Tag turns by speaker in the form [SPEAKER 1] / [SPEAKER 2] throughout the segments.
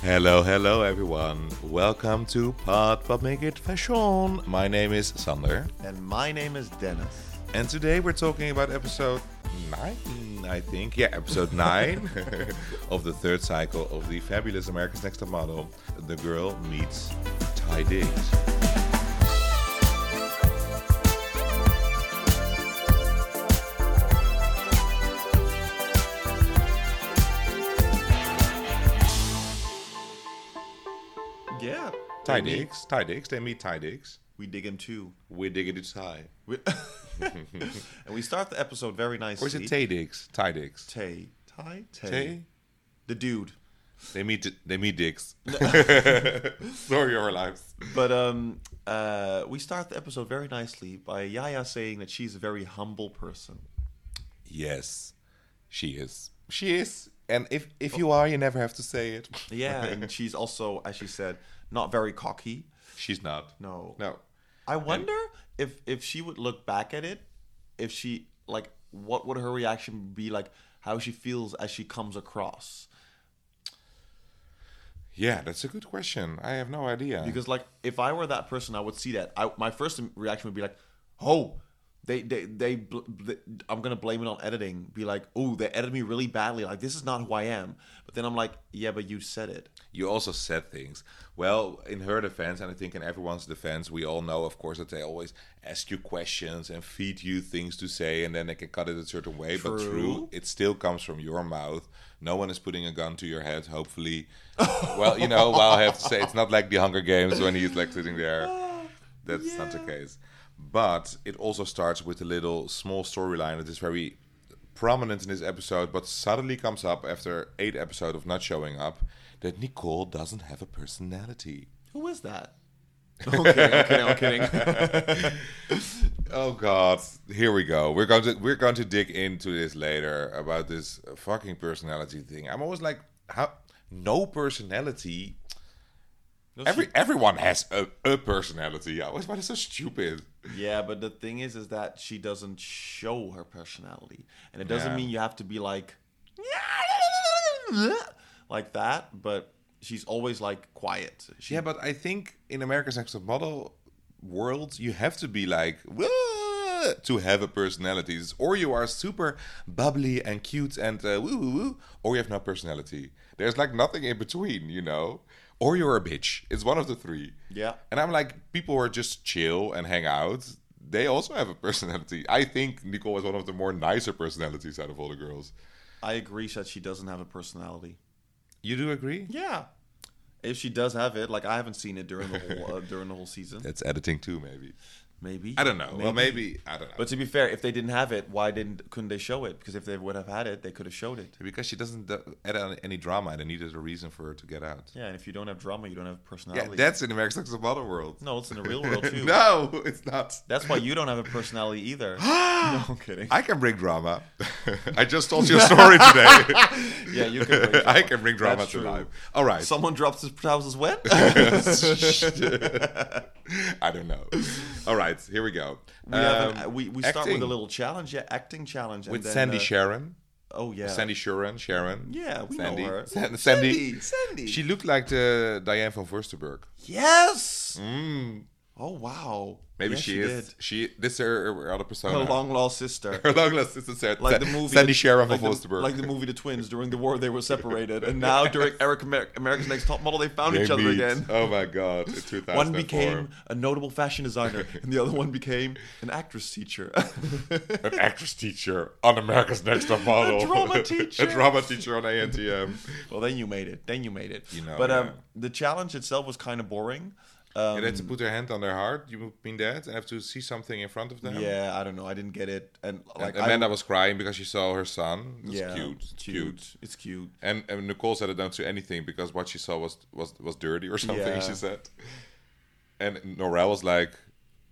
[SPEAKER 1] Hello, hello everyone. Welcome to Pod But Make It Fashion. My name is Sander.
[SPEAKER 2] And my name is Dennis.
[SPEAKER 1] And today we're talking about episode 9, I think. Yeah, episode 9 of the third cycle of the Fabulous America's Next Top Model. The girl meets Ty Diggs.
[SPEAKER 2] Yeah.
[SPEAKER 1] Ty Diggs. Ty Diggs. They meet Ty Diggs.
[SPEAKER 2] We dig him too.
[SPEAKER 1] We're digging to Ty.
[SPEAKER 2] We- and we start the episode very nicely.
[SPEAKER 1] Or is it Tay Diggs? Ty Diggs.
[SPEAKER 2] Tay? Ty? Tay?
[SPEAKER 1] Tay?
[SPEAKER 2] The dude.
[SPEAKER 1] They meet they meet Diggs. Sorry, our lives.
[SPEAKER 2] But um, uh, we start the episode very nicely by Yaya saying that she's a very humble person.
[SPEAKER 1] Yes, she is. She is. And if if you are, you never have to say it.
[SPEAKER 2] Yeah, and she's also, as she said, not very cocky.
[SPEAKER 1] She's not.
[SPEAKER 2] No.
[SPEAKER 1] No.
[SPEAKER 2] I wonder if if she would look back at it, if she like what would her reaction be like how she feels as she comes across.
[SPEAKER 1] Yeah, that's a good question. I have no idea.
[SPEAKER 2] Because like if I were that person, I would see that. I my first reaction would be like, "Oh, they they they, bl- bl- I'm gonna blame it on editing. Be like, oh, they edited me really badly. Like this is not who I am." But then I'm like, "Yeah, but you said it."
[SPEAKER 1] you also said things. Well, in her defense, and I think in everyone's defense, we all know, of course, that they always ask you questions and feed you things to say, and then they can cut it a certain way. But
[SPEAKER 2] True.
[SPEAKER 1] true, it still comes from your mouth. No one is putting a gun to your head, hopefully. well, you know, well, I have to say, it's not like the Hunger Games when he's like sitting there. That's not the case. But it also starts with a little small storyline that is very prominent in this episode, but suddenly comes up after eight episodes of not showing up that Nicole doesn't have a personality.
[SPEAKER 2] Who is that? okay, okay, I'm kidding.
[SPEAKER 1] Oh God! Here we go. We're going to we're going to dig into this later about this fucking personality thing. I'm always like, how no personality. Every everyone has a, a personality. I always find it so stupid.
[SPEAKER 2] yeah, but the thing is, is that she doesn't show her personality, and it doesn't
[SPEAKER 1] Yeah.
[SPEAKER 2] mean you have to be like, like that. But she's always like quiet. She
[SPEAKER 1] Yeah, but I think in America's Next Top Model world, you have to be like "Wah!" to have a personality, or you are super bubbly and cute and uh, woo woo woo, or you have no personality. There's like nothing in between, you know. Or you're a bitch. It's one of the three.
[SPEAKER 2] Yeah.
[SPEAKER 1] And I'm like, people who are just chill and hang out. They also have a personality. I think Nicole is one of the more nicer personalities out of all the girls.
[SPEAKER 2] I agree that she doesn't have a personality.
[SPEAKER 1] You do agree?
[SPEAKER 2] Yeah. If she does have it, like I haven't seen it during the whole uh, during the whole season.
[SPEAKER 1] That's editing too, maybe.
[SPEAKER 2] Maybe
[SPEAKER 1] I don't know. Well, maybe I don't know.
[SPEAKER 2] But to be fair, if they didn't have it, why didn't couldn't they show it? Because if they would have had it, they could have showed it.
[SPEAKER 1] Because she doesn't uh, add on any drama, and I needed a reason for her to get out.
[SPEAKER 2] Yeah, and if you don't have drama, you don't have
[SPEAKER 1] Yeah,
[SPEAKER 2] personality.
[SPEAKER 1] that's in American Next Top Model world.
[SPEAKER 2] no, it's in the real world too.
[SPEAKER 1] no, it's not.
[SPEAKER 2] That's why you don't have a personality either. no, I'm kidding.
[SPEAKER 1] I can bring drama. I just told you a story today.
[SPEAKER 2] Yeah, you can. Bring
[SPEAKER 1] I can bring drama
[SPEAKER 2] That's
[SPEAKER 1] to
[SPEAKER 2] true.
[SPEAKER 1] life. All right.
[SPEAKER 2] Someone drops his trousers wet.
[SPEAKER 1] I don't know. All right, here we go.
[SPEAKER 2] we, have an-
[SPEAKER 1] Um,
[SPEAKER 2] we, we start with a
[SPEAKER 1] acting.
[SPEAKER 2] little challenge, yeah, acting challenge, and
[SPEAKER 1] with
[SPEAKER 2] then,
[SPEAKER 1] Sandy
[SPEAKER 2] uh,
[SPEAKER 1] Sharon.
[SPEAKER 2] oh yeah,
[SPEAKER 1] Sandy Sharon. Sharon.
[SPEAKER 2] Yeah, we know
[SPEAKER 1] Sandy.
[SPEAKER 2] her.
[SPEAKER 1] San- Sandy.
[SPEAKER 2] Sandy, Sandy.
[SPEAKER 1] She looked like the Diane von Furstenberg.
[SPEAKER 2] Yes.
[SPEAKER 1] Mm,
[SPEAKER 2] Oh wow.
[SPEAKER 1] maybe
[SPEAKER 2] Yes,
[SPEAKER 1] she, is.
[SPEAKER 2] did.
[SPEAKER 1] She. This is her, her other persona.
[SPEAKER 2] Her long lost sister.
[SPEAKER 1] Her long lost sister, Sa-
[SPEAKER 2] Like the movie
[SPEAKER 1] Sandy Sharon
[SPEAKER 2] like
[SPEAKER 1] from
[SPEAKER 2] the,
[SPEAKER 1] Fosterburg.
[SPEAKER 2] like the movie The Twins. During the war, they were separated, and now during Eric Amer- America's Next Top Model, they found each other again.
[SPEAKER 1] Oh my god! In 2004.
[SPEAKER 2] One became a notable fashion designer, and the other one became an actress teacher.
[SPEAKER 1] an actress teacher on America's Next Top Model,
[SPEAKER 2] drama
[SPEAKER 1] a
[SPEAKER 2] teacher.
[SPEAKER 1] drama teacher on ANTM.
[SPEAKER 2] well, then you made it. Then you made it.
[SPEAKER 1] You know,
[SPEAKER 2] but um,
[SPEAKER 1] yeah.
[SPEAKER 2] the challenge itself was kind of boring. Um,
[SPEAKER 1] They had to put their hand on their heart. You mean that? And have to see something in front of them.
[SPEAKER 2] yeah, I don't know. I didn't get it, and like I-
[SPEAKER 1] Amanda was crying because she saw her son. It's
[SPEAKER 2] yeah,
[SPEAKER 1] cute. It's cute.
[SPEAKER 2] It's cute.
[SPEAKER 1] And, and Nicole said it don't do anything because what she saw was was was dirty or something.
[SPEAKER 2] Yeah.
[SPEAKER 1] She said, and Norel was like,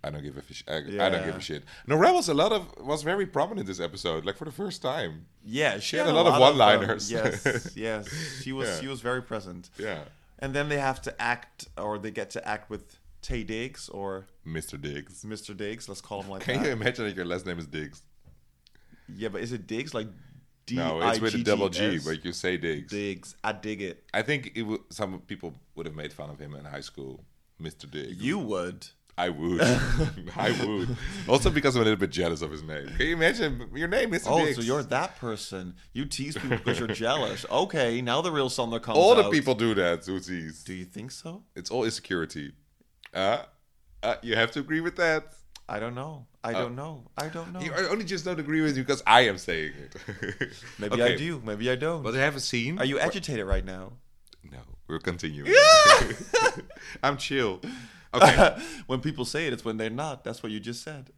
[SPEAKER 1] "I don't give a fish. I, I don't
[SPEAKER 2] Yeah.
[SPEAKER 1] give a shit." Norel was a lot of was very prominent this episode, like for the first time.
[SPEAKER 2] Yeah, she,
[SPEAKER 1] had a lot of
[SPEAKER 2] um,
[SPEAKER 1] one-liners.
[SPEAKER 2] yes, yes, she was
[SPEAKER 1] Yeah.
[SPEAKER 2] she was very present.
[SPEAKER 1] Yeah,
[SPEAKER 2] And then they have to act, or they get to act with Tay Diggs or
[SPEAKER 1] Mr. Diggs.
[SPEAKER 2] Mr. Diggs. Let's call him like
[SPEAKER 1] Can
[SPEAKER 2] that.
[SPEAKER 1] you imagine if your last name is Diggs?
[SPEAKER 2] Yeah, but is it Diggs like D
[SPEAKER 1] No, it's with a double G,
[SPEAKER 2] I-G-G-S.
[SPEAKER 1] but you say Diggs.
[SPEAKER 2] Diggs. I dig it.
[SPEAKER 1] I think it would, some people would have made fun of him in high school, Mr. Mm. Diggs.
[SPEAKER 2] You would.
[SPEAKER 1] I would. I would. Also because I'm a little bit jealous of his name. Can you imagine your name, Mr.
[SPEAKER 2] Oh,
[SPEAKER 1] Diggs?
[SPEAKER 2] so you're that person. You tease people because you're jealous. Okay, now the real Sumner comes
[SPEAKER 1] all the
[SPEAKER 2] out.
[SPEAKER 1] people do that, Uzis.
[SPEAKER 2] Do you think so?
[SPEAKER 1] It's all insecurity. Uh, uh, you have to agree with that.
[SPEAKER 2] I don't know. I don't know. I don't know.
[SPEAKER 1] Uh, You I only just don't agree with you because I am saying it.
[SPEAKER 2] Maybe I
[SPEAKER 1] Okay,
[SPEAKER 2] do. Maybe I don't.
[SPEAKER 1] But I have a scene.
[SPEAKER 2] Are you agitated right now?
[SPEAKER 1] No, we're continuing. I'm chill. Okay.
[SPEAKER 2] when people say it, it's when they're not. That's what you just said.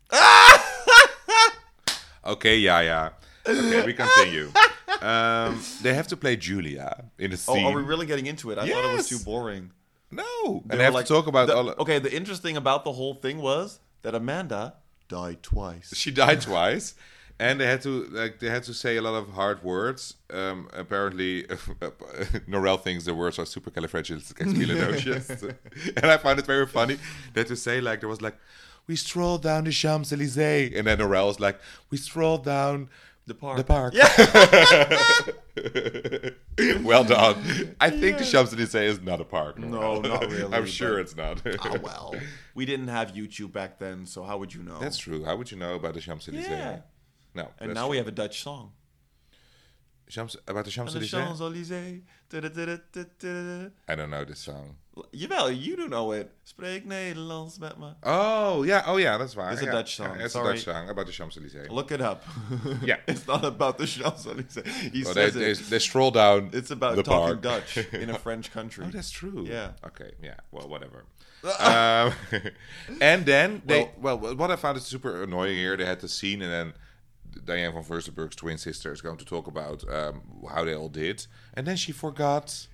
[SPEAKER 1] Okay, yeah, yeah. Okay, we continue. Um, they have to play Julia in a
[SPEAKER 2] Oh,
[SPEAKER 1] scene.
[SPEAKER 2] are we really getting into it? I thought it was
[SPEAKER 1] Yes.
[SPEAKER 2] too boring.
[SPEAKER 1] no,
[SPEAKER 2] They
[SPEAKER 1] and
[SPEAKER 2] were
[SPEAKER 1] they have
[SPEAKER 2] like-
[SPEAKER 1] to talk about
[SPEAKER 2] the-
[SPEAKER 1] all.
[SPEAKER 2] Okay, the interesting about the whole thing was that Amanda died twice.
[SPEAKER 1] She died twice, and they had to like they had to say a lot of hard words. Um, apparently, Norel thinks the words are supercalifragilisticexpialidocious, and I found it very funny that to say like there was like, we strolled down the Champs Elysees, and then Norel was like, we strolled down.
[SPEAKER 2] The park.
[SPEAKER 1] The park. well done. I think the Champs Elysees is not a park.
[SPEAKER 2] No,
[SPEAKER 1] Norel.
[SPEAKER 2] not really,
[SPEAKER 1] I'm sure
[SPEAKER 2] but-
[SPEAKER 1] it's not.
[SPEAKER 2] Oh well. We didn't have YouTube back then, so how would you know?
[SPEAKER 1] That's true. How would you know about the Champs Elysees?
[SPEAKER 2] Yeah.
[SPEAKER 1] No.
[SPEAKER 2] and
[SPEAKER 1] that's
[SPEAKER 2] now we have a Dutch song.
[SPEAKER 1] Champs, about the Champs
[SPEAKER 2] On the
[SPEAKER 1] Elysees?
[SPEAKER 2] Champs-Élysées. da-da-da-da-da-da.
[SPEAKER 1] I don't know this song.
[SPEAKER 2] Jawel, you do know it. Spreek Nederlands met me.
[SPEAKER 1] Oh yeah, oh yeah, that's fine.
[SPEAKER 2] It's a
[SPEAKER 1] yeah.
[SPEAKER 2] Dutch song,
[SPEAKER 1] It's
[SPEAKER 2] sorry.
[SPEAKER 1] a Dutch song about the Champs Elysees.
[SPEAKER 2] Look it up.
[SPEAKER 1] Yeah.
[SPEAKER 2] it's not about the Champs-Élysées. He
[SPEAKER 1] Oh, they,
[SPEAKER 2] says
[SPEAKER 1] they,
[SPEAKER 2] it.
[SPEAKER 1] they stroll down.
[SPEAKER 2] It's about
[SPEAKER 1] the
[SPEAKER 2] talking
[SPEAKER 1] park.
[SPEAKER 2] Dutch in a French country.
[SPEAKER 1] Oh, that's true.
[SPEAKER 2] Yeah.
[SPEAKER 1] Okay. Yeah. Well, whatever. um, and then they well, what I found is super annoying here. They had the scene, and then Diane von Furstenberg's twin sister is going to talk about um, how they all did, and then she forgot.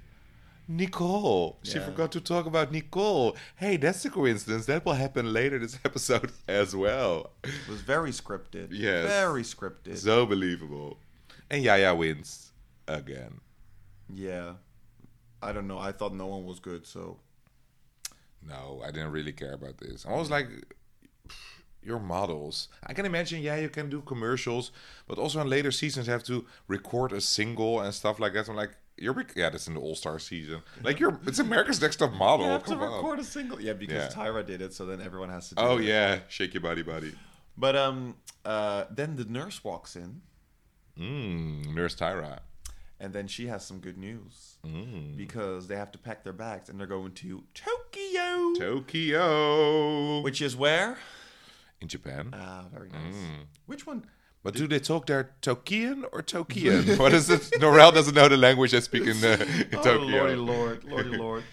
[SPEAKER 1] Nicole. She
[SPEAKER 2] Yeah.
[SPEAKER 1] forgot to talk about Nicole. Hey, that's a coincidence. That will happen later this episode as well.
[SPEAKER 2] It was very scripted.
[SPEAKER 1] Yes.
[SPEAKER 2] Very scripted.
[SPEAKER 1] So believable. And Yaya wins again.
[SPEAKER 2] yeah. I don't know. I thought no one was good, so
[SPEAKER 1] No, I didn't really care about this. I was like, pff, you're models. I can imagine, yeah, you can do commercials, but also in later seasons, have to record a single and stuff like that. I'm like, you're, bec- yeah, that's in the All Star season. Like, you're, it's America's Next Top Model.
[SPEAKER 2] You have to
[SPEAKER 1] Oh, Come on.
[SPEAKER 2] record a single. Yeah, because
[SPEAKER 1] Yeah.
[SPEAKER 2] Tyra did it, so then everyone has to do
[SPEAKER 1] Oh,
[SPEAKER 2] it.
[SPEAKER 1] yeah, shake your body, body.
[SPEAKER 2] But um uh then the nurse walks in
[SPEAKER 1] Mm, Nurse Tyra.
[SPEAKER 2] and then she has some good news.
[SPEAKER 1] Mm.
[SPEAKER 2] Because they have to pack their bags and they're going to Tokyo.
[SPEAKER 1] Tokyo.
[SPEAKER 2] which is where?
[SPEAKER 1] In Japan.
[SPEAKER 2] Ah, very nice.
[SPEAKER 1] Mm.
[SPEAKER 2] Which one?
[SPEAKER 1] But do they talk their Tokian or Tokian? what is it? Norel doesn't know the language I speak in, uh, in
[SPEAKER 2] Oh,
[SPEAKER 1] Tokyo.
[SPEAKER 2] lordy lord, lordy lord.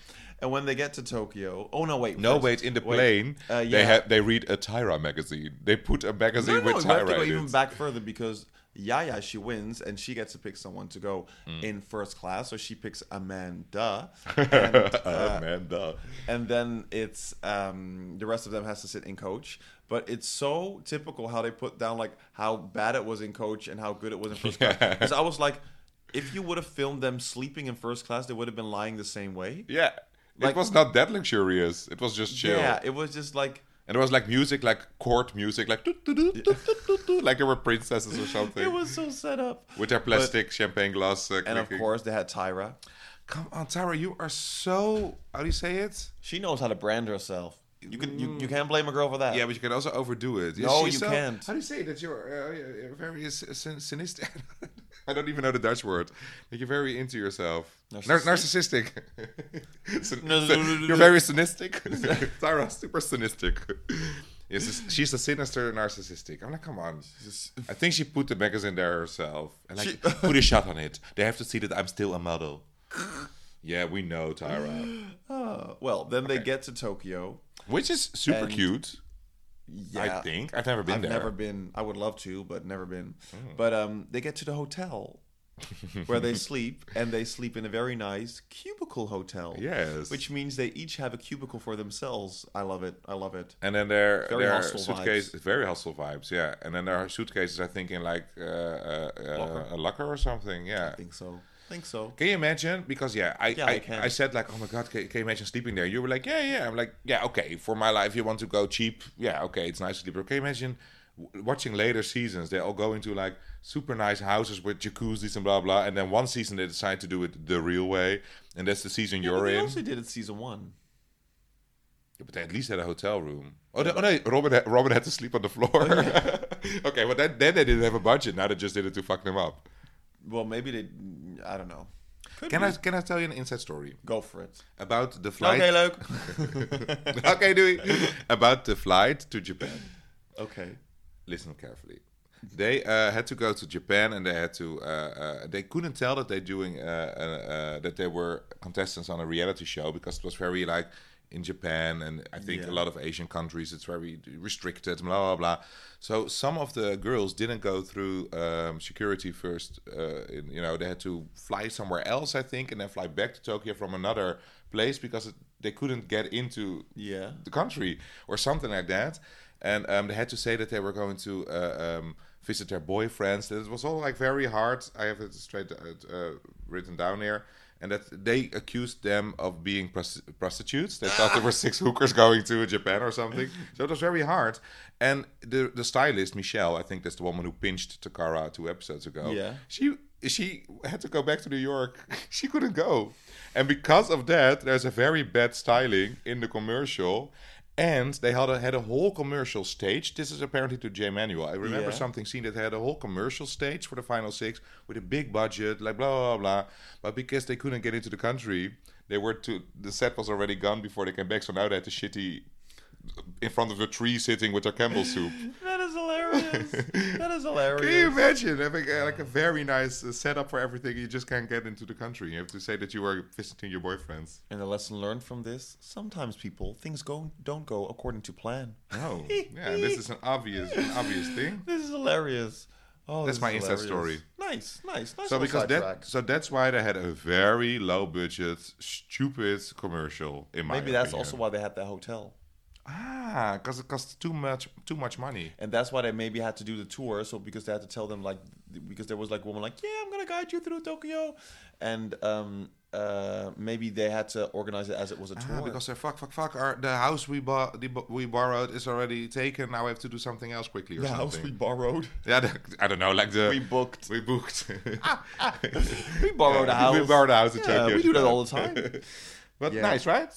[SPEAKER 2] And when they get to Tokyo, oh no, wait.
[SPEAKER 1] No,
[SPEAKER 2] first-
[SPEAKER 1] wait. In the plane,
[SPEAKER 2] Uh, yeah.
[SPEAKER 1] they have they read a Tyra magazine. They put a magazine
[SPEAKER 2] No, no,
[SPEAKER 1] with
[SPEAKER 2] we have to go
[SPEAKER 1] Tyra in
[SPEAKER 2] even
[SPEAKER 1] it.
[SPEAKER 2] back further because Yaya she wins and she gets to pick someone to go in first class, so she picks Amanda, and,
[SPEAKER 1] Oh,
[SPEAKER 2] uh,
[SPEAKER 1] Amanda.
[SPEAKER 2] and then it's um, the rest of them has to sit in coach. But it's so typical how they put down like how bad it was in coach and how good it was in first class.
[SPEAKER 1] Yeah.
[SPEAKER 2] Because I was like, if you would have filmed them sleeping in first class, they would have been lying the same way.
[SPEAKER 1] Yeah,
[SPEAKER 2] Like-
[SPEAKER 1] it was not that luxurious. It was just chill,
[SPEAKER 2] Yeah, it was just like.
[SPEAKER 1] and there was like music, like court music, like doot, doot, doot, doot, doot, doot, doot, like there were princesses or
[SPEAKER 2] It
[SPEAKER 1] something
[SPEAKER 2] was so set up.
[SPEAKER 1] with their plastic champagne glass. Uh,
[SPEAKER 2] And of
[SPEAKER 1] clicking.
[SPEAKER 2] course, they had Tyra.
[SPEAKER 1] come on, Tyra, you are so how do you say it?
[SPEAKER 2] She knows how to brand herself. You can you, you can't blame a girl for that.
[SPEAKER 1] Yeah, but you can also overdo it.
[SPEAKER 2] No,
[SPEAKER 1] She's
[SPEAKER 2] you
[SPEAKER 1] so-
[SPEAKER 2] can't.
[SPEAKER 1] How do you say that you're uh, you're very s- sin- sinister? I don't even know the Dutch word. That you're very into yourself. Nar- Narcissistic. Sin-
[SPEAKER 2] No, no,
[SPEAKER 1] sin-
[SPEAKER 2] no, no,
[SPEAKER 1] you're
[SPEAKER 2] no.
[SPEAKER 1] very sinistic. Sarah, super sinistic. Yes, it's- she's a sinister narcissistic. I'm like, come on. I think she put the magazine there herself. And like,
[SPEAKER 2] She-
[SPEAKER 1] put a shot on it. They have to see that I'm still a model. yeah, we know, Tyra.
[SPEAKER 2] Oh, well, then they get to Tokyo.
[SPEAKER 1] Which is super
[SPEAKER 2] And-
[SPEAKER 1] cute,
[SPEAKER 2] Yeah.
[SPEAKER 1] I think. I've never been
[SPEAKER 2] I've
[SPEAKER 1] there.
[SPEAKER 2] never been. I would love to, but never been. But um, they get to the hotel where they sleep, and they sleep in a very nice cubicle hotel.
[SPEAKER 1] Yes.
[SPEAKER 2] Which means they each have a cubicle for themselves. I love it. I love it.
[SPEAKER 1] And then their
[SPEAKER 2] Very
[SPEAKER 1] their
[SPEAKER 2] hostel
[SPEAKER 1] suitcase, very hostile vibes, yeah. And then their suitcases, I think, in like uh, uh, uh, a locker or something, yeah.
[SPEAKER 2] I think so. think so.
[SPEAKER 1] Can you imagine? Because yeah, I
[SPEAKER 2] Yeah,
[SPEAKER 1] I,
[SPEAKER 2] I can.
[SPEAKER 1] I said like, oh my god, can, can you imagine sleeping there? You were like, yeah, yeah. I'm like, yeah, okay. For my life, you want to go cheap, yeah, okay. It's nice to sleep. But can you imagine w- watching later seasons, they all go into like super nice houses with jacuzzis and blah blah. And then one season they decide to do it the real way, and that's the season
[SPEAKER 2] But
[SPEAKER 1] you're
[SPEAKER 2] they
[SPEAKER 1] in.
[SPEAKER 2] also did it season one.
[SPEAKER 1] Yeah, but they at least had a hotel room. Oh, they- oh no, Robert had, Robert had to sleep on the floor.
[SPEAKER 2] Oh,
[SPEAKER 1] okay, but that, then they didn't have a budget. Now they just did it to fuck them up.
[SPEAKER 2] Well, maybe they. I don't know. Could
[SPEAKER 1] Can
[SPEAKER 2] be.
[SPEAKER 1] I can I tell you an inside story
[SPEAKER 2] go for it?
[SPEAKER 1] about the flight?
[SPEAKER 2] Okay, Luke.
[SPEAKER 1] okay, Dewey. About the flight to Japan.
[SPEAKER 2] okay.
[SPEAKER 1] Listen carefully. They uh, had to go to Japan, and they had to. Uh, uh, they couldn't tell that they doing uh, uh, uh, that they were contestants on a reality show because it was very like in Japan, and I think a
[SPEAKER 2] Yeah.
[SPEAKER 1] lot of Asian countries it's very restricted, blah blah blah. So some of the girls didn't go through um, security first. Uh, in, you know, they had to fly somewhere else, I think, and then fly back to Tokyo from another place because it, they couldn't get into
[SPEAKER 2] Yeah.
[SPEAKER 1] the country or something like that. And um, they had to say that they were going to uh, um, visit their boyfriends. That it was all like very hard. I have it straight uh, uh, written down here. And that they accused them of being pros- prostitutes. They thought there were six hookers going to Japan or something. So it was very hard. And the the stylist Michelle, I think that's the woman who pinched Takara two episodes ago.
[SPEAKER 2] Yeah.
[SPEAKER 1] She she had to go back to New York. She couldn't go. And because of that, there's a very bad styling in the commercial. And they had a, had a whole commercial stage. This is apparently to J. Manuel. I remember
[SPEAKER 2] Yeah.
[SPEAKER 1] something seen that had a whole commercial stage for the final six with a big budget, like blah blah blah. But because they couldn't get into the country, they were to the set was already gone before they came back. So now they had the shitty in front of a tree sitting with their Campbell soup.
[SPEAKER 2] That is hilarious. that
[SPEAKER 1] Can
[SPEAKER 2] is
[SPEAKER 1] you
[SPEAKER 2] hilarious.
[SPEAKER 1] imagine having uh, like a very nice uh, setup for everything? You just can't get into the country. You have to say that you are visiting your boyfriends.
[SPEAKER 2] And the lesson learned from this: sometimes people things go don't go according to plan.
[SPEAKER 1] No, yeah, this is an obvious, an obvious thing.
[SPEAKER 2] This is hilarious. Oh,
[SPEAKER 1] That's
[SPEAKER 2] this
[SPEAKER 1] my
[SPEAKER 2] is
[SPEAKER 1] inside
[SPEAKER 2] hilarious.
[SPEAKER 1] story.
[SPEAKER 2] Nice, nice, nice.
[SPEAKER 1] So
[SPEAKER 2] little
[SPEAKER 1] because
[SPEAKER 2] sidetrack.
[SPEAKER 1] that, so that's why they had a very low budget, stupid commercial. In my
[SPEAKER 2] maybe that's
[SPEAKER 1] opinion.
[SPEAKER 2] also why they had that hotel,
[SPEAKER 1] ah, because it costs too much, too much money.
[SPEAKER 2] and that's why they maybe had to do the tour. So because they had to tell them like, because there was like a woman like, yeah, I'm gonna guide you through Tokyo, and um, uh, maybe they had to organize it as it was a tour.
[SPEAKER 1] Ah, because they're fuck, fuck, fuck. Our, the house we bought, the, bo- we borrowed, is already taken. Now we have to do something else quickly or
[SPEAKER 2] the
[SPEAKER 1] something.
[SPEAKER 2] house we borrowed,
[SPEAKER 1] yeah, the, I don't know, like the
[SPEAKER 2] we booked, Ah,
[SPEAKER 1] we booked.
[SPEAKER 2] we borrowed a
[SPEAKER 1] Yeah,
[SPEAKER 2] house.
[SPEAKER 1] We borrowed a house in
[SPEAKER 2] Yeah,
[SPEAKER 1] Tokyo.
[SPEAKER 2] we do that all the time.
[SPEAKER 1] But
[SPEAKER 2] Yeah.
[SPEAKER 1] nice, right?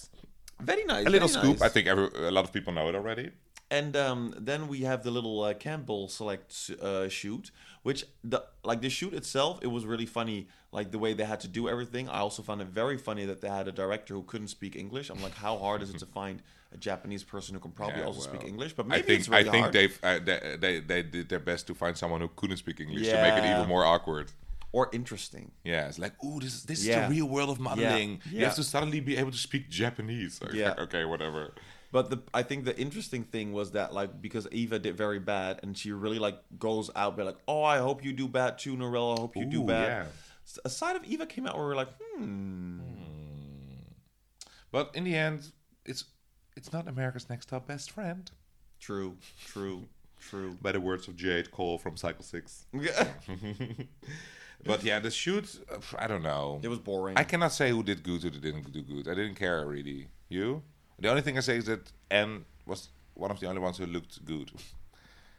[SPEAKER 2] Very nice.
[SPEAKER 1] A little
[SPEAKER 2] very
[SPEAKER 1] scoop.
[SPEAKER 2] nice.
[SPEAKER 1] I think every, a lot of people know it already.
[SPEAKER 2] And um, then we have the little uh, Campbell select uh, shoot, which the like the shoot itself, it was really funny. Like the way they had to do everything. I also found it very funny that they had a director who couldn't speak English. I'm like, how hard is it to find a Japanese person who can probably
[SPEAKER 1] Yeah,
[SPEAKER 2] also speak
[SPEAKER 1] well,
[SPEAKER 2] English? But
[SPEAKER 1] I
[SPEAKER 2] maybe
[SPEAKER 1] think
[SPEAKER 2] it's really
[SPEAKER 1] I think
[SPEAKER 2] hard.
[SPEAKER 1] they've, uh, they they they did their best to find someone who couldn't speak English to make it
[SPEAKER 2] Yeah.
[SPEAKER 1] even more awkward.
[SPEAKER 2] or interesting.
[SPEAKER 1] Yeah, it's like, ooh, this is this
[SPEAKER 2] Yeah.
[SPEAKER 1] is the real world of modeling. You
[SPEAKER 2] Yeah.
[SPEAKER 1] have to suddenly be able to speak Japanese. Like,
[SPEAKER 2] Yeah.
[SPEAKER 1] okay, whatever.
[SPEAKER 2] But the I think the interesting thing was that like because Eva did very bad and she really like goes out be like, oh, I hope you do bad too, Norella. I hope you do
[SPEAKER 1] Ooh,
[SPEAKER 2] bad.
[SPEAKER 1] yeah.
[SPEAKER 2] S- A side of Eva came out where we we're like, hmm.
[SPEAKER 1] But in the end, it's it's not America's Next Top Best Friend.
[SPEAKER 2] True, true, true.
[SPEAKER 1] By the words of Jade Cole from Cycle Six.
[SPEAKER 2] it
[SPEAKER 1] But yeah, the shoot, uh, I don't know.
[SPEAKER 2] was boring.
[SPEAKER 1] I cannot say who did good, who didn't do good. I didn't care really. You? The only thing I say is that Anne was one of the only ones who looked good.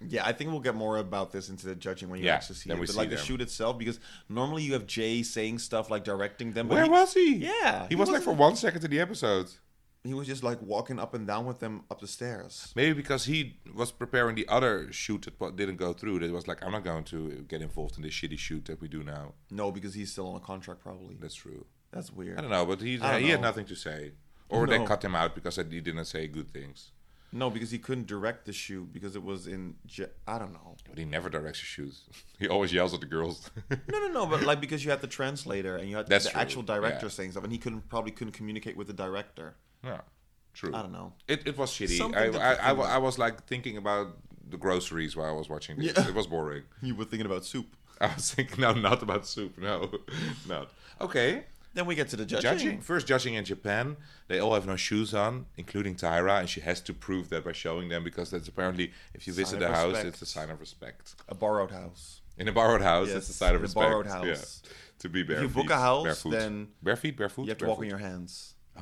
[SPEAKER 2] yeah, I think we'll get more about this into the judging when you
[SPEAKER 1] Yeah,
[SPEAKER 2] actually see it.
[SPEAKER 1] then we
[SPEAKER 2] But
[SPEAKER 1] see
[SPEAKER 2] like the
[SPEAKER 1] them.
[SPEAKER 2] shoot itself, because normally you have Jay saying stuff like directing them. But
[SPEAKER 1] Where
[SPEAKER 2] he,
[SPEAKER 1] was he?
[SPEAKER 2] Yeah,
[SPEAKER 1] he,
[SPEAKER 2] he
[SPEAKER 1] was like for
[SPEAKER 2] wasn't-
[SPEAKER 1] one second in the episode.
[SPEAKER 2] He was just like walking up and down with them up the stairs.
[SPEAKER 1] Maybe because he was preparing the other shoot that wa- didn't go through. That was like, I'm not going to get involved in this shitty shoot that we do now.
[SPEAKER 2] No, because he's still on a contract, probably.
[SPEAKER 1] That's true.
[SPEAKER 2] That's
[SPEAKER 1] I
[SPEAKER 2] weird.
[SPEAKER 1] don't know, but he
[SPEAKER 2] don't
[SPEAKER 1] he had
[SPEAKER 2] know.
[SPEAKER 1] nothing to say, or they
[SPEAKER 2] No.
[SPEAKER 1] cut him out because he didn't say good things.
[SPEAKER 2] No, because he couldn't direct the shoot because it was in. Ja- I don't know.
[SPEAKER 1] But he never directs the shoots. He always yells at the girls.
[SPEAKER 2] No, no, no. But like because you had the translator and you had
[SPEAKER 1] That's
[SPEAKER 2] the
[SPEAKER 1] true,
[SPEAKER 2] actual director
[SPEAKER 1] yeah.
[SPEAKER 2] saying stuff, and he couldn't probably couldn't communicate with the director.
[SPEAKER 1] yeah, true.
[SPEAKER 2] I don't know.
[SPEAKER 1] It, it was shitty.
[SPEAKER 2] Something
[SPEAKER 1] I,
[SPEAKER 2] that
[SPEAKER 1] I,
[SPEAKER 2] was
[SPEAKER 1] I, wa-
[SPEAKER 2] good.
[SPEAKER 1] I was like thinking about the groceries while I was watching this.
[SPEAKER 2] Yeah.
[SPEAKER 1] It was boring.
[SPEAKER 2] You were thinking about soup.
[SPEAKER 1] I was thinking, no, not about soup. No, not. Okay.
[SPEAKER 2] Then we get to the
[SPEAKER 1] Judging. First judging in Japan. They all have no shoes on, including Tyra, and she has to prove that by showing them because that's apparently, if you visit
[SPEAKER 2] of
[SPEAKER 1] the house,
[SPEAKER 2] respect.
[SPEAKER 1] it's a sign of respect.
[SPEAKER 2] A borrowed house.
[SPEAKER 1] In a borrowed house,
[SPEAKER 2] Yes,
[SPEAKER 1] it's a sign of
[SPEAKER 2] in a
[SPEAKER 1] respect.
[SPEAKER 2] borrowed house.
[SPEAKER 1] Yeah. To be bare
[SPEAKER 2] you book
[SPEAKER 1] feet,
[SPEAKER 2] a house,
[SPEAKER 1] barefoot.
[SPEAKER 2] then
[SPEAKER 1] bare feet, barefoot.
[SPEAKER 2] You have to walk on your hands.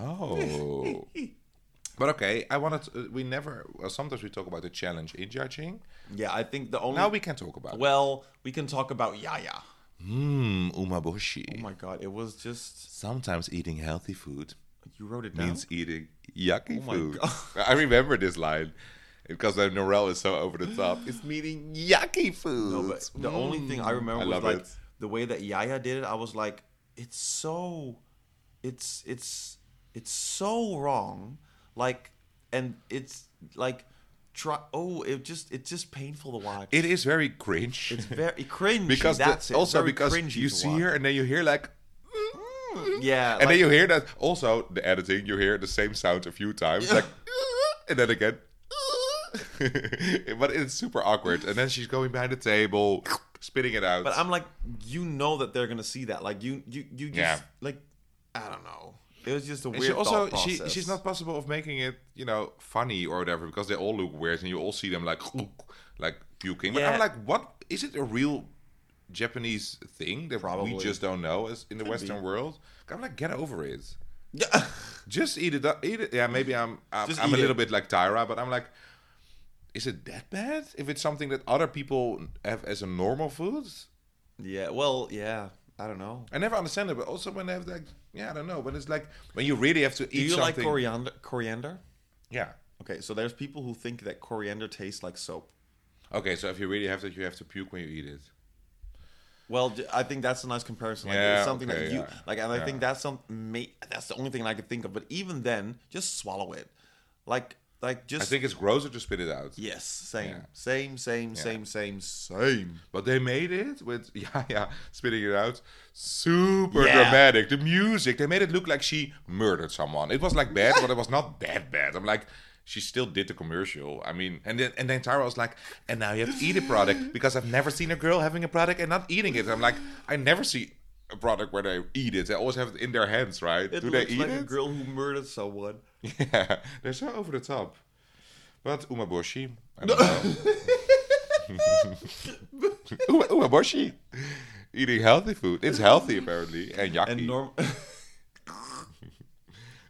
[SPEAKER 1] Oh. But okay, I wanted. To, we never. Well, sometimes we talk about the challenge in judging.
[SPEAKER 2] Yeah, I think the only
[SPEAKER 1] Now we can talk about. it.
[SPEAKER 2] well, we can talk about Yaya.
[SPEAKER 1] Mmm, umaboshi.
[SPEAKER 2] Oh my god, it was just
[SPEAKER 1] Sometimes eating healthy food
[SPEAKER 2] you wrote it down.
[SPEAKER 1] means eating yucky
[SPEAKER 2] my
[SPEAKER 1] food.
[SPEAKER 2] God.
[SPEAKER 1] I remember this line because uh, Norel is so over the top. It's meaning yucky food.
[SPEAKER 2] No, but the only thing I remember
[SPEAKER 1] Mm. I
[SPEAKER 2] was
[SPEAKER 1] love
[SPEAKER 2] like
[SPEAKER 1] it.
[SPEAKER 2] the way that Yaya did it. I was like, it's so, it's it's it's so wrong. Like, and it's like, try. Oh, it just it's just painful to watch.
[SPEAKER 1] it is very cringe.
[SPEAKER 2] it's very cringy.
[SPEAKER 1] because the-
[SPEAKER 2] that's it.
[SPEAKER 1] also
[SPEAKER 2] Very
[SPEAKER 1] because
[SPEAKER 2] cringy
[SPEAKER 1] you
[SPEAKER 2] to
[SPEAKER 1] see
[SPEAKER 2] watch.
[SPEAKER 1] her and then you hear like
[SPEAKER 2] Yeah,
[SPEAKER 1] and then you hear that also the editing you hear the same sound a few times like and then again but it's super awkward and then she's going behind the table spitting it out
[SPEAKER 2] But I'm like, you know that they're gonna see that. Like you, you, you just
[SPEAKER 1] Yeah.
[SPEAKER 2] like, I don't know. It was just a
[SPEAKER 1] And
[SPEAKER 2] weird.
[SPEAKER 1] she also
[SPEAKER 2] thought
[SPEAKER 1] she
[SPEAKER 2] process.
[SPEAKER 1] she's not possible of making it you know funny or whatever because they all look weird and you all see them like like puking but
[SPEAKER 2] Yeah.
[SPEAKER 1] I'm like what is it a real Japanese thing that
[SPEAKER 2] Probably.
[SPEAKER 1] we just don't know as in the Western world I'm like get over it
[SPEAKER 2] Yeah.
[SPEAKER 1] Just eat it up. Eat it. Yeah, maybe I'm. I'm,
[SPEAKER 2] Just
[SPEAKER 1] I'm
[SPEAKER 2] eat
[SPEAKER 1] a little
[SPEAKER 2] it.
[SPEAKER 1] bit like Tyra, but I'm like, is it that bad? If it's something that other people have as a normal food,
[SPEAKER 2] yeah. Well. Yeah. I don't know.
[SPEAKER 1] I never understand it. But also when they have like, yeah, I don't know. But it's like when you really have to eat
[SPEAKER 2] Do you like
[SPEAKER 1] something.
[SPEAKER 2] coriander? Coriander?
[SPEAKER 1] yeah.
[SPEAKER 2] Okay, so there's people who think that coriander tastes like soap.
[SPEAKER 1] Okay, so if you really have to, you have to puke when you eat it.
[SPEAKER 2] Well, j- I think that's a nice comparison. Like,
[SPEAKER 1] Yeah,
[SPEAKER 2] it's something
[SPEAKER 1] okay,
[SPEAKER 2] that you
[SPEAKER 1] yeah,
[SPEAKER 2] like, and I
[SPEAKER 1] yeah.
[SPEAKER 2] think that's some. May, that's the only thing I could think of. But even then, just swallow it. Like, like just
[SPEAKER 1] I think it's grosser to spit it out.
[SPEAKER 2] yes, same,
[SPEAKER 1] Yeah.
[SPEAKER 2] same, same, same, same, same.
[SPEAKER 1] But they made it with yeah, yeah, spitting it out. Super
[SPEAKER 2] Yeah.
[SPEAKER 1] dramatic. The music. They made it look like she murdered someone. It was like bad, but it was not that bad. I'm like, she still did the commercial. I mean, and then and then Tyra was like, and now you have to eat a product because I've never seen a girl having a product and not eating it. I'm like, I never see a product where they eat it. They always have it in their hands, right?
[SPEAKER 2] It
[SPEAKER 1] Do they
[SPEAKER 2] looks
[SPEAKER 1] eat
[SPEAKER 2] like
[SPEAKER 1] it?
[SPEAKER 2] a girl who murdered someone.
[SPEAKER 1] Yeah, they're so over the top. But Umaboshi, I don't know. Uma, umaboshi, eating healthy food. It's healthy apparently, and yucky.
[SPEAKER 2] And norm.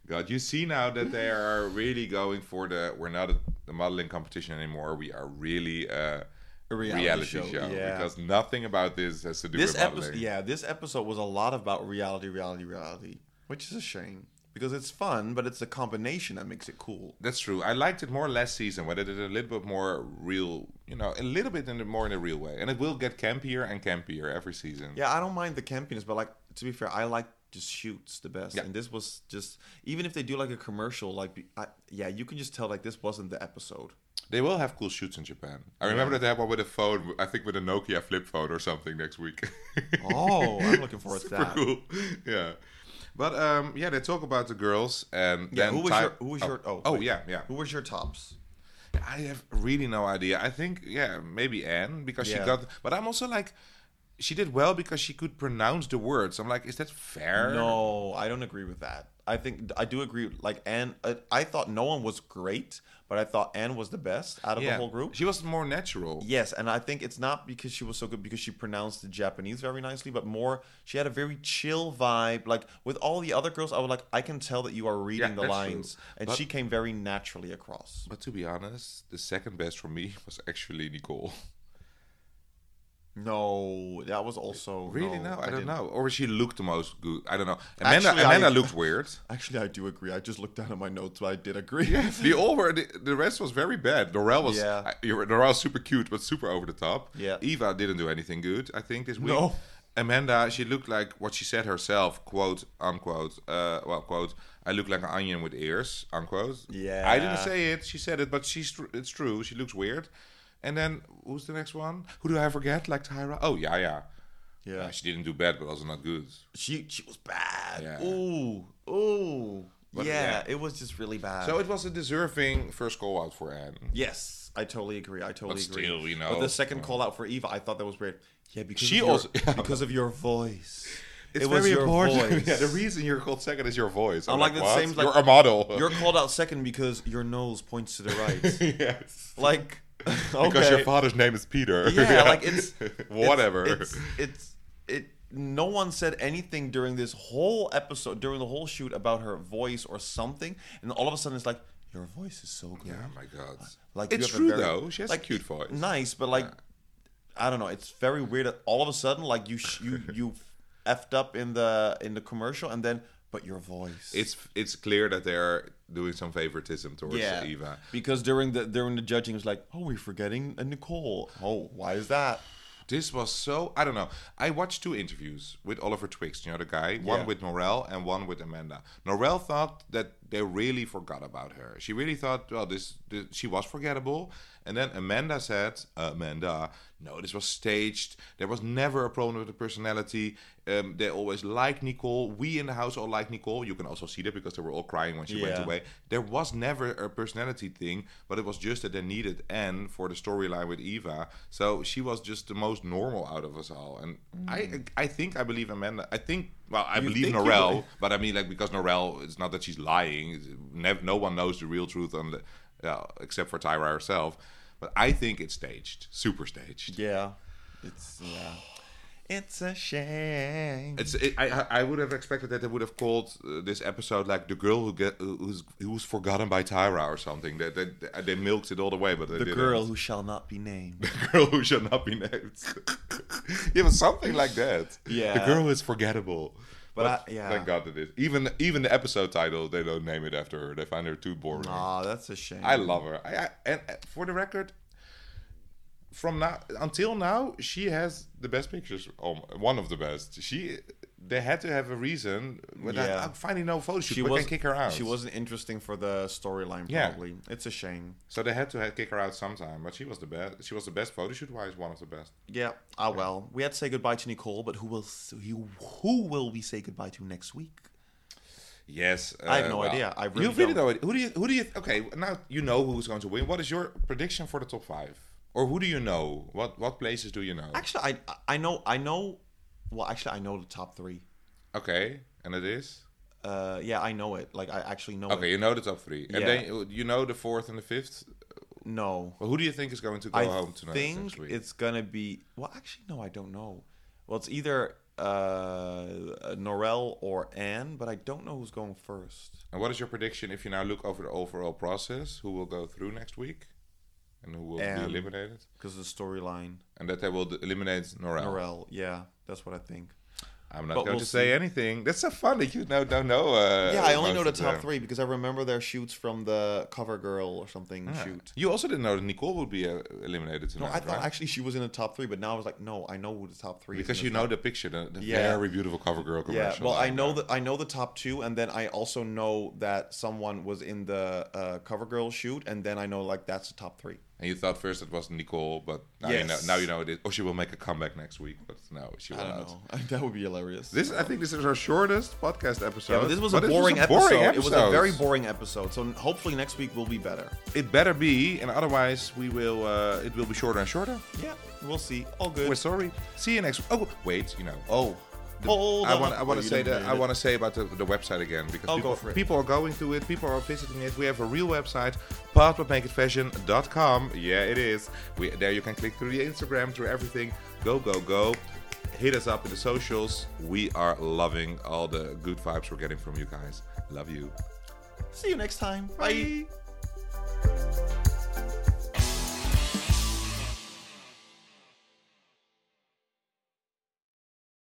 [SPEAKER 1] God, you see now that they are really going for the. We're not a, the modeling competition anymore. We are really a reality,
[SPEAKER 2] reality
[SPEAKER 1] show,
[SPEAKER 2] show, yeah.
[SPEAKER 1] because nothing about this has to do
[SPEAKER 2] this
[SPEAKER 1] with modeling.
[SPEAKER 2] episode yeah this episode was a lot about reality reality reality which is a shame because it's fun but it's the combination that makes it cool
[SPEAKER 1] That's true. I liked it more last season when they did a little bit more real, you know, a little bit in the, more in a real way. And it will get campier and campier every season.
[SPEAKER 2] yeah i don't mind the campiness but like to be fair i like just shoots the best
[SPEAKER 1] Yeah.
[SPEAKER 2] and this was just even if they do like a commercial like be- I, yeah you can just tell like this wasn't the episode
[SPEAKER 1] They will have cool shoots in Japan. I remember that they have one with a phone, I think with a Nokia flip phone or something next week.
[SPEAKER 2] oh i'm looking forward to
[SPEAKER 1] Super
[SPEAKER 2] that
[SPEAKER 1] cool. Yeah. But um, yeah, they talk about the girls and
[SPEAKER 2] yeah
[SPEAKER 1] then
[SPEAKER 2] who was
[SPEAKER 1] Ty-
[SPEAKER 2] your who was your oh,
[SPEAKER 1] oh
[SPEAKER 2] wait.
[SPEAKER 1] yeah yeah
[SPEAKER 2] who was your tops
[SPEAKER 1] I have really no idea. I think yeah, maybe Anne because she
[SPEAKER 2] Yeah.
[SPEAKER 1] got. But I'm also like, she did well because she could pronounce the words. I'm like, is that fair?
[SPEAKER 2] No, I don't agree with that. I think I do agree. Like Anne, I, I thought no one was great, but I thought Anne was the best out of
[SPEAKER 1] Yeah.
[SPEAKER 2] the whole group.
[SPEAKER 1] She was more natural.
[SPEAKER 2] Yes, and I think it's not because she was so good because she pronounced the Japanese very nicely, but more she had a very chill vibe. Like with all the other girls, I was like, I can tell that you are reading
[SPEAKER 1] Yeah,
[SPEAKER 2] the
[SPEAKER 1] that's
[SPEAKER 2] lines,
[SPEAKER 1] true.
[SPEAKER 2] and
[SPEAKER 1] But-
[SPEAKER 2] she came very naturally across.
[SPEAKER 1] But to be honest, the second best for me was actually Nicole.
[SPEAKER 2] No, that was also
[SPEAKER 1] Really? No, I, don't
[SPEAKER 2] didn't.
[SPEAKER 1] know. Or she looked the most good. I don't know. Amanda,
[SPEAKER 2] Actually, I-
[SPEAKER 1] Amanda looked weird.
[SPEAKER 2] Actually, I do agree. I just looked down at my notes, but I did agree.
[SPEAKER 1] The all were the, the rest was very bad. Norel was
[SPEAKER 2] Yeah.
[SPEAKER 1] I- you were- Norel was super cute but super over the top.
[SPEAKER 2] Yeah.
[SPEAKER 1] Eva didn't do anything good. I think this week.
[SPEAKER 2] No.
[SPEAKER 1] Amanda, she looked like what she said herself, quote unquote. Uh, well, quote. I look like an onion with ears, unquote.
[SPEAKER 2] Yeah.
[SPEAKER 1] I didn't say it. She said it, but she's tr- it's true. She looks weird. And then who's the next one? Who do I forget? Like Tyra? Oh yeah, yeah.
[SPEAKER 2] yeah.
[SPEAKER 1] She didn't do bad, but also not good.
[SPEAKER 2] she she was bad.
[SPEAKER 1] Yeah.
[SPEAKER 2] Ooh, ooh.
[SPEAKER 1] But
[SPEAKER 2] yeah, it was just really bad.
[SPEAKER 1] So it was a deserving first call out for Anne.
[SPEAKER 2] yes, I totally agree. I totally
[SPEAKER 1] But
[SPEAKER 2] agree.
[SPEAKER 1] still, you know.
[SPEAKER 2] But the second call out for Eva, I thought that was weird. Yeah, because
[SPEAKER 1] She
[SPEAKER 2] of your,
[SPEAKER 1] also-
[SPEAKER 2] because of your voice.
[SPEAKER 1] It's
[SPEAKER 2] it was
[SPEAKER 1] very
[SPEAKER 2] your
[SPEAKER 1] important.
[SPEAKER 2] voice.
[SPEAKER 1] Yeah, the reason you're called second is your voice. I'm,
[SPEAKER 2] Unlike
[SPEAKER 1] like,
[SPEAKER 2] the
[SPEAKER 1] what?
[SPEAKER 2] same, like-
[SPEAKER 1] you're a model.
[SPEAKER 2] You're called out second because your nose points to the right.
[SPEAKER 1] yes.
[SPEAKER 2] like, okay.
[SPEAKER 1] Because your father's name is Peter.
[SPEAKER 2] yeah, like it's
[SPEAKER 1] whatever.
[SPEAKER 2] It's, it's it's it. No one said anything during this whole episode, during the whole shoot about her voice or something, and all of a sudden it's like your voice is so good.
[SPEAKER 1] Yeah, my God.
[SPEAKER 2] oh Like you
[SPEAKER 1] it's
[SPEAKER 2] have a
[SPEAKER 1] true
[SPEAKER 2] very-
[SPEAKER 1] though. She has
[SPEAKER 2] like,
[SPEAKER 1] a cute voice.
[SPEAKER 2] Nice, but like, I don't know. It's very weird. that All of a sudden, like you sh- you you effed up in the in the commercial, and then but your voice.
[SPEAKER 1] It's it's clear that they are doing some favoritism towards
[SPEAKER 2] yeah,
[SPEAKER 1] Eva.
[SPEAKER 2] because during the during the judging, it was like, oh, we're forgetting a Nicole. Oh, why is that?
[SPEAKER 1] This was so I don't know. I watched two interviews with Oliver Twist, you know the guy,
[SPEAKER 2] Yeah.
[SPEAKER 1] one with Norel and one with Amanda. Norel thought that they really forgot about her. She really thought, well, this, this she was forgettable. And then Amanda said, uh, Amanda, no, this was staged. There was never a problem with the personality. Um, they always liked Nicole. We in the house all liked Nicole. You can also see that because they were all crying when she went
[SPEAKER 2] Yeah.
[SPEAKER 1] away. There was never a personality thing, but it was just that they needed Anne for the storyline with Eva. So she was just the most normal out of us all. And I, I think I believe Amanda. I think well, I
[SPEAKER 2] Hmm. You
[SPEAKER 1] believe
[SPEAKER 2] think you
[SPEAKER 1] Norel,
[SPEAKER 2] believe-
[SPEAKER 1] but I mean like because Norel, it's not that she's lying. It's- nev- No one knows the real truth on the, yeah, except for Tyra herself. But I think it's staged, super staged.
[SPEAKER 2] Yeah, it's yeah, it's a shame.
[SPEAKER 1] It's it, I I- I would have expected that they would have called uh, this episode like the girl who get who- who's who's forgotten by Tyra or something. That they, they, they milked it all the way, but they
[SPEAKER 2] the
[SPEAKER 1] didn't.
[SPEAKER 2] girl who shall not be named.
[SPEAKER 1] the girl who shall not be named. yeah, but something like that.
[SPEAKER 2] Yeah.
[SPEAKER 1] the girl is forgettable.
[SPEAKER 2] But I- yeah.
[SPEAKER 1] thank God that it. Even even the episode title they don't name it after her. They find her too boring.
[SPEAKER 2] Ah, that's a shame.
[SPEAKER 1] I love her. I, I and uh, for the record, from now until now, she has the best pictures. Oh, one of the best. She they had to have a reason. But
[SPEAKER 2] Yeah.
[SPEAKER 1] I, am finding no photo shoot. but they kick her out.
[SPEAKER 2] She wasn't interesting for the storyline.
[SPEAKER 1] Yeah.
[SPEAKER 2] Probably, it's a shame.
[SPEAKER 1] so they had to ha kick her out sometime. But she was the best. She was the best photo shoot wise. One of the best.
[SPEAKER 2] Yeah. Ah well, we had to say goodbye to Nicole, but who will who, who will we say goodbye to next week?
[SPEAKER 1] Yes,
[SPEAKER 2] I have
[SPEAKER 1] uh,
[SPEAKER 2] no idea. I really
[SPEAKER 1] you really
[SPEAKER 2] don't.
[SPEAKER 1] know it. Who do you? Who do you? Okay, now you know who's going to win. What is your prediction for the top five? Or who do you know? What what places do you know?
[SPEAKER 2] Actually, I I know I know. Well, actually, I know the top three.
[SPEAKER 1] Okay, and it is.
[SPEAKER 2] Uh, yeah, I know it. Like I actually know
[SPEAKER 1] Okay,
[SPEAKER 2] it.
[SPEAKER 1] you know the top three, and
[SPEAKER 2] Yeah.
[SPEAKER 1] then uh, you know the fourth and the fifth.
[SPEAKER 2] No,
[SPEAKER 1] Well, who do you think is going to go
[SPEAKER 2] I
[SPEAKER 1] home tonight?
[SPEAKER 2] think
[SPEAKER 1] next week?
[SPEAKER 2] it's gonna be. Well, actually, no, I don't know. Well, it's either uh, Norel or Anne, but I don't know who's going first.
[SPEAKER 1] and what is your prediction if you now look over the overall process? Who will go through next week, and who will
[SPEAKER 2] Um,
[SPEAKER 1] be eliminated?
[SPEAKER 2] Because the storyline,
[SPEAKER 1] And that they will d- eliminate Norel.
[SPEAKER 2] Norel. Yeah, that's what I think.
[SPEAKER 1] I'm not
[SPEAKER 2] But
[SPEAKER 1] going
[SPEAKER 2] we'll
[SPEAKER 1] to say
[SPEAKER 2] see.
[SPEAKER 1] anything. That's so fun that you know don't know. Uh,
[SPEAKER 2] yeah, I only
[SPEAKER 1] most
[SPEAKER 2] know the
[SPEAKER 1] of
[SPEAKER 2] top
[SPEAKER 1] them.
[SPEAKER 2] three because I remember their shoots from the cover girl or something shoot.
[SPEAKER 1] You also didn't know that Nicole would be uh, eliminated
[SPEAKER 2] No,
[SPEAKER 1] tonight,
[SPEAKER 2] I thought
[SPEAKER 1] right?
[SPEAKER 2] actually she was in the top three, but now I was like, no, I know who the top three is.
[SPEAKER 1] because
[SPEAKER 2] in
[SPEAKER 1] you
[SPEAKER 2] the
[SPEAKER 1] know the picture, the, the
[SPEAKER 2] Yeah.
[SPEAKER 1] very beautiful cover girl
[SPEAKER 2] top-
[SPEAKER 1] commercial.
[SPEAKER 2] Yeah, well, I
[SPEAKER 1] that-
[SPEAKER 2] know that I know the top two, and then I also know that someone was in the uh, cover girl shoot, and then I know like that's the top three.
[SPEAKER 1] And you thought first it was Nicole, but now you know
[SPEAKER 2] Yes.
[SPEAKER 1] now you know it is. Or she will make a comeback next week, but no, she will
[SPEAKER 2] I don't
[SPEAKER 1] not.
[SPEAKER 2] know. that would be hilarious.
[SPEAKER 1] This I think this is our shortest podcast episode.
[SPEAKER 2] yeah, but this was a
[SPEAKER 1] But
[SPEAKER 2] boring, episode. It was a
[SPEAKER 1] episode.
[SPEAKER 2] very boring episode. So hopefully next week will be better.
[SPEAKER 1] It better be, and otherwise we will. Uh, it will be shorter and shorter.
[SPEAKER 2] Yeah, we'll see. All good.
[SPEAKER 1] We're sorry. See you next. Oh wait, you know.
[SPEAKER 2] oh, hold
[SPEAKER 1] I
[SPEAKER 2] on.
[SPEAKER 1] want, I want
[SPEAKER 2] Wait,
[SPEAKER 1] to
[SPEAKER 2] Oh, you
[SPEAKER 1] say
[SPEAKER 2] didn't
[SPEAKER 1] that
[SPEAKER 2] do
[SPEAKER 1] I
[SPEAKER 2] it.
[SPEAKER 1] want to say about the, the website again because
[SPEAKER 2] Oh,
[SPEAKER 1] people,
[SPEAKER 2] go for it.
[SPEAKER 1] people are going to it, people are visiting it. We have a real website, pathwillmakeitfashion.com. Yeah, it is. We there you can click through the Instagram, through everything. Go, go, go. Hit us up in the socials. We are loving all the good vibes we're getting from you guys. Love you.
[SPEAKER 2] See you next time. Bye.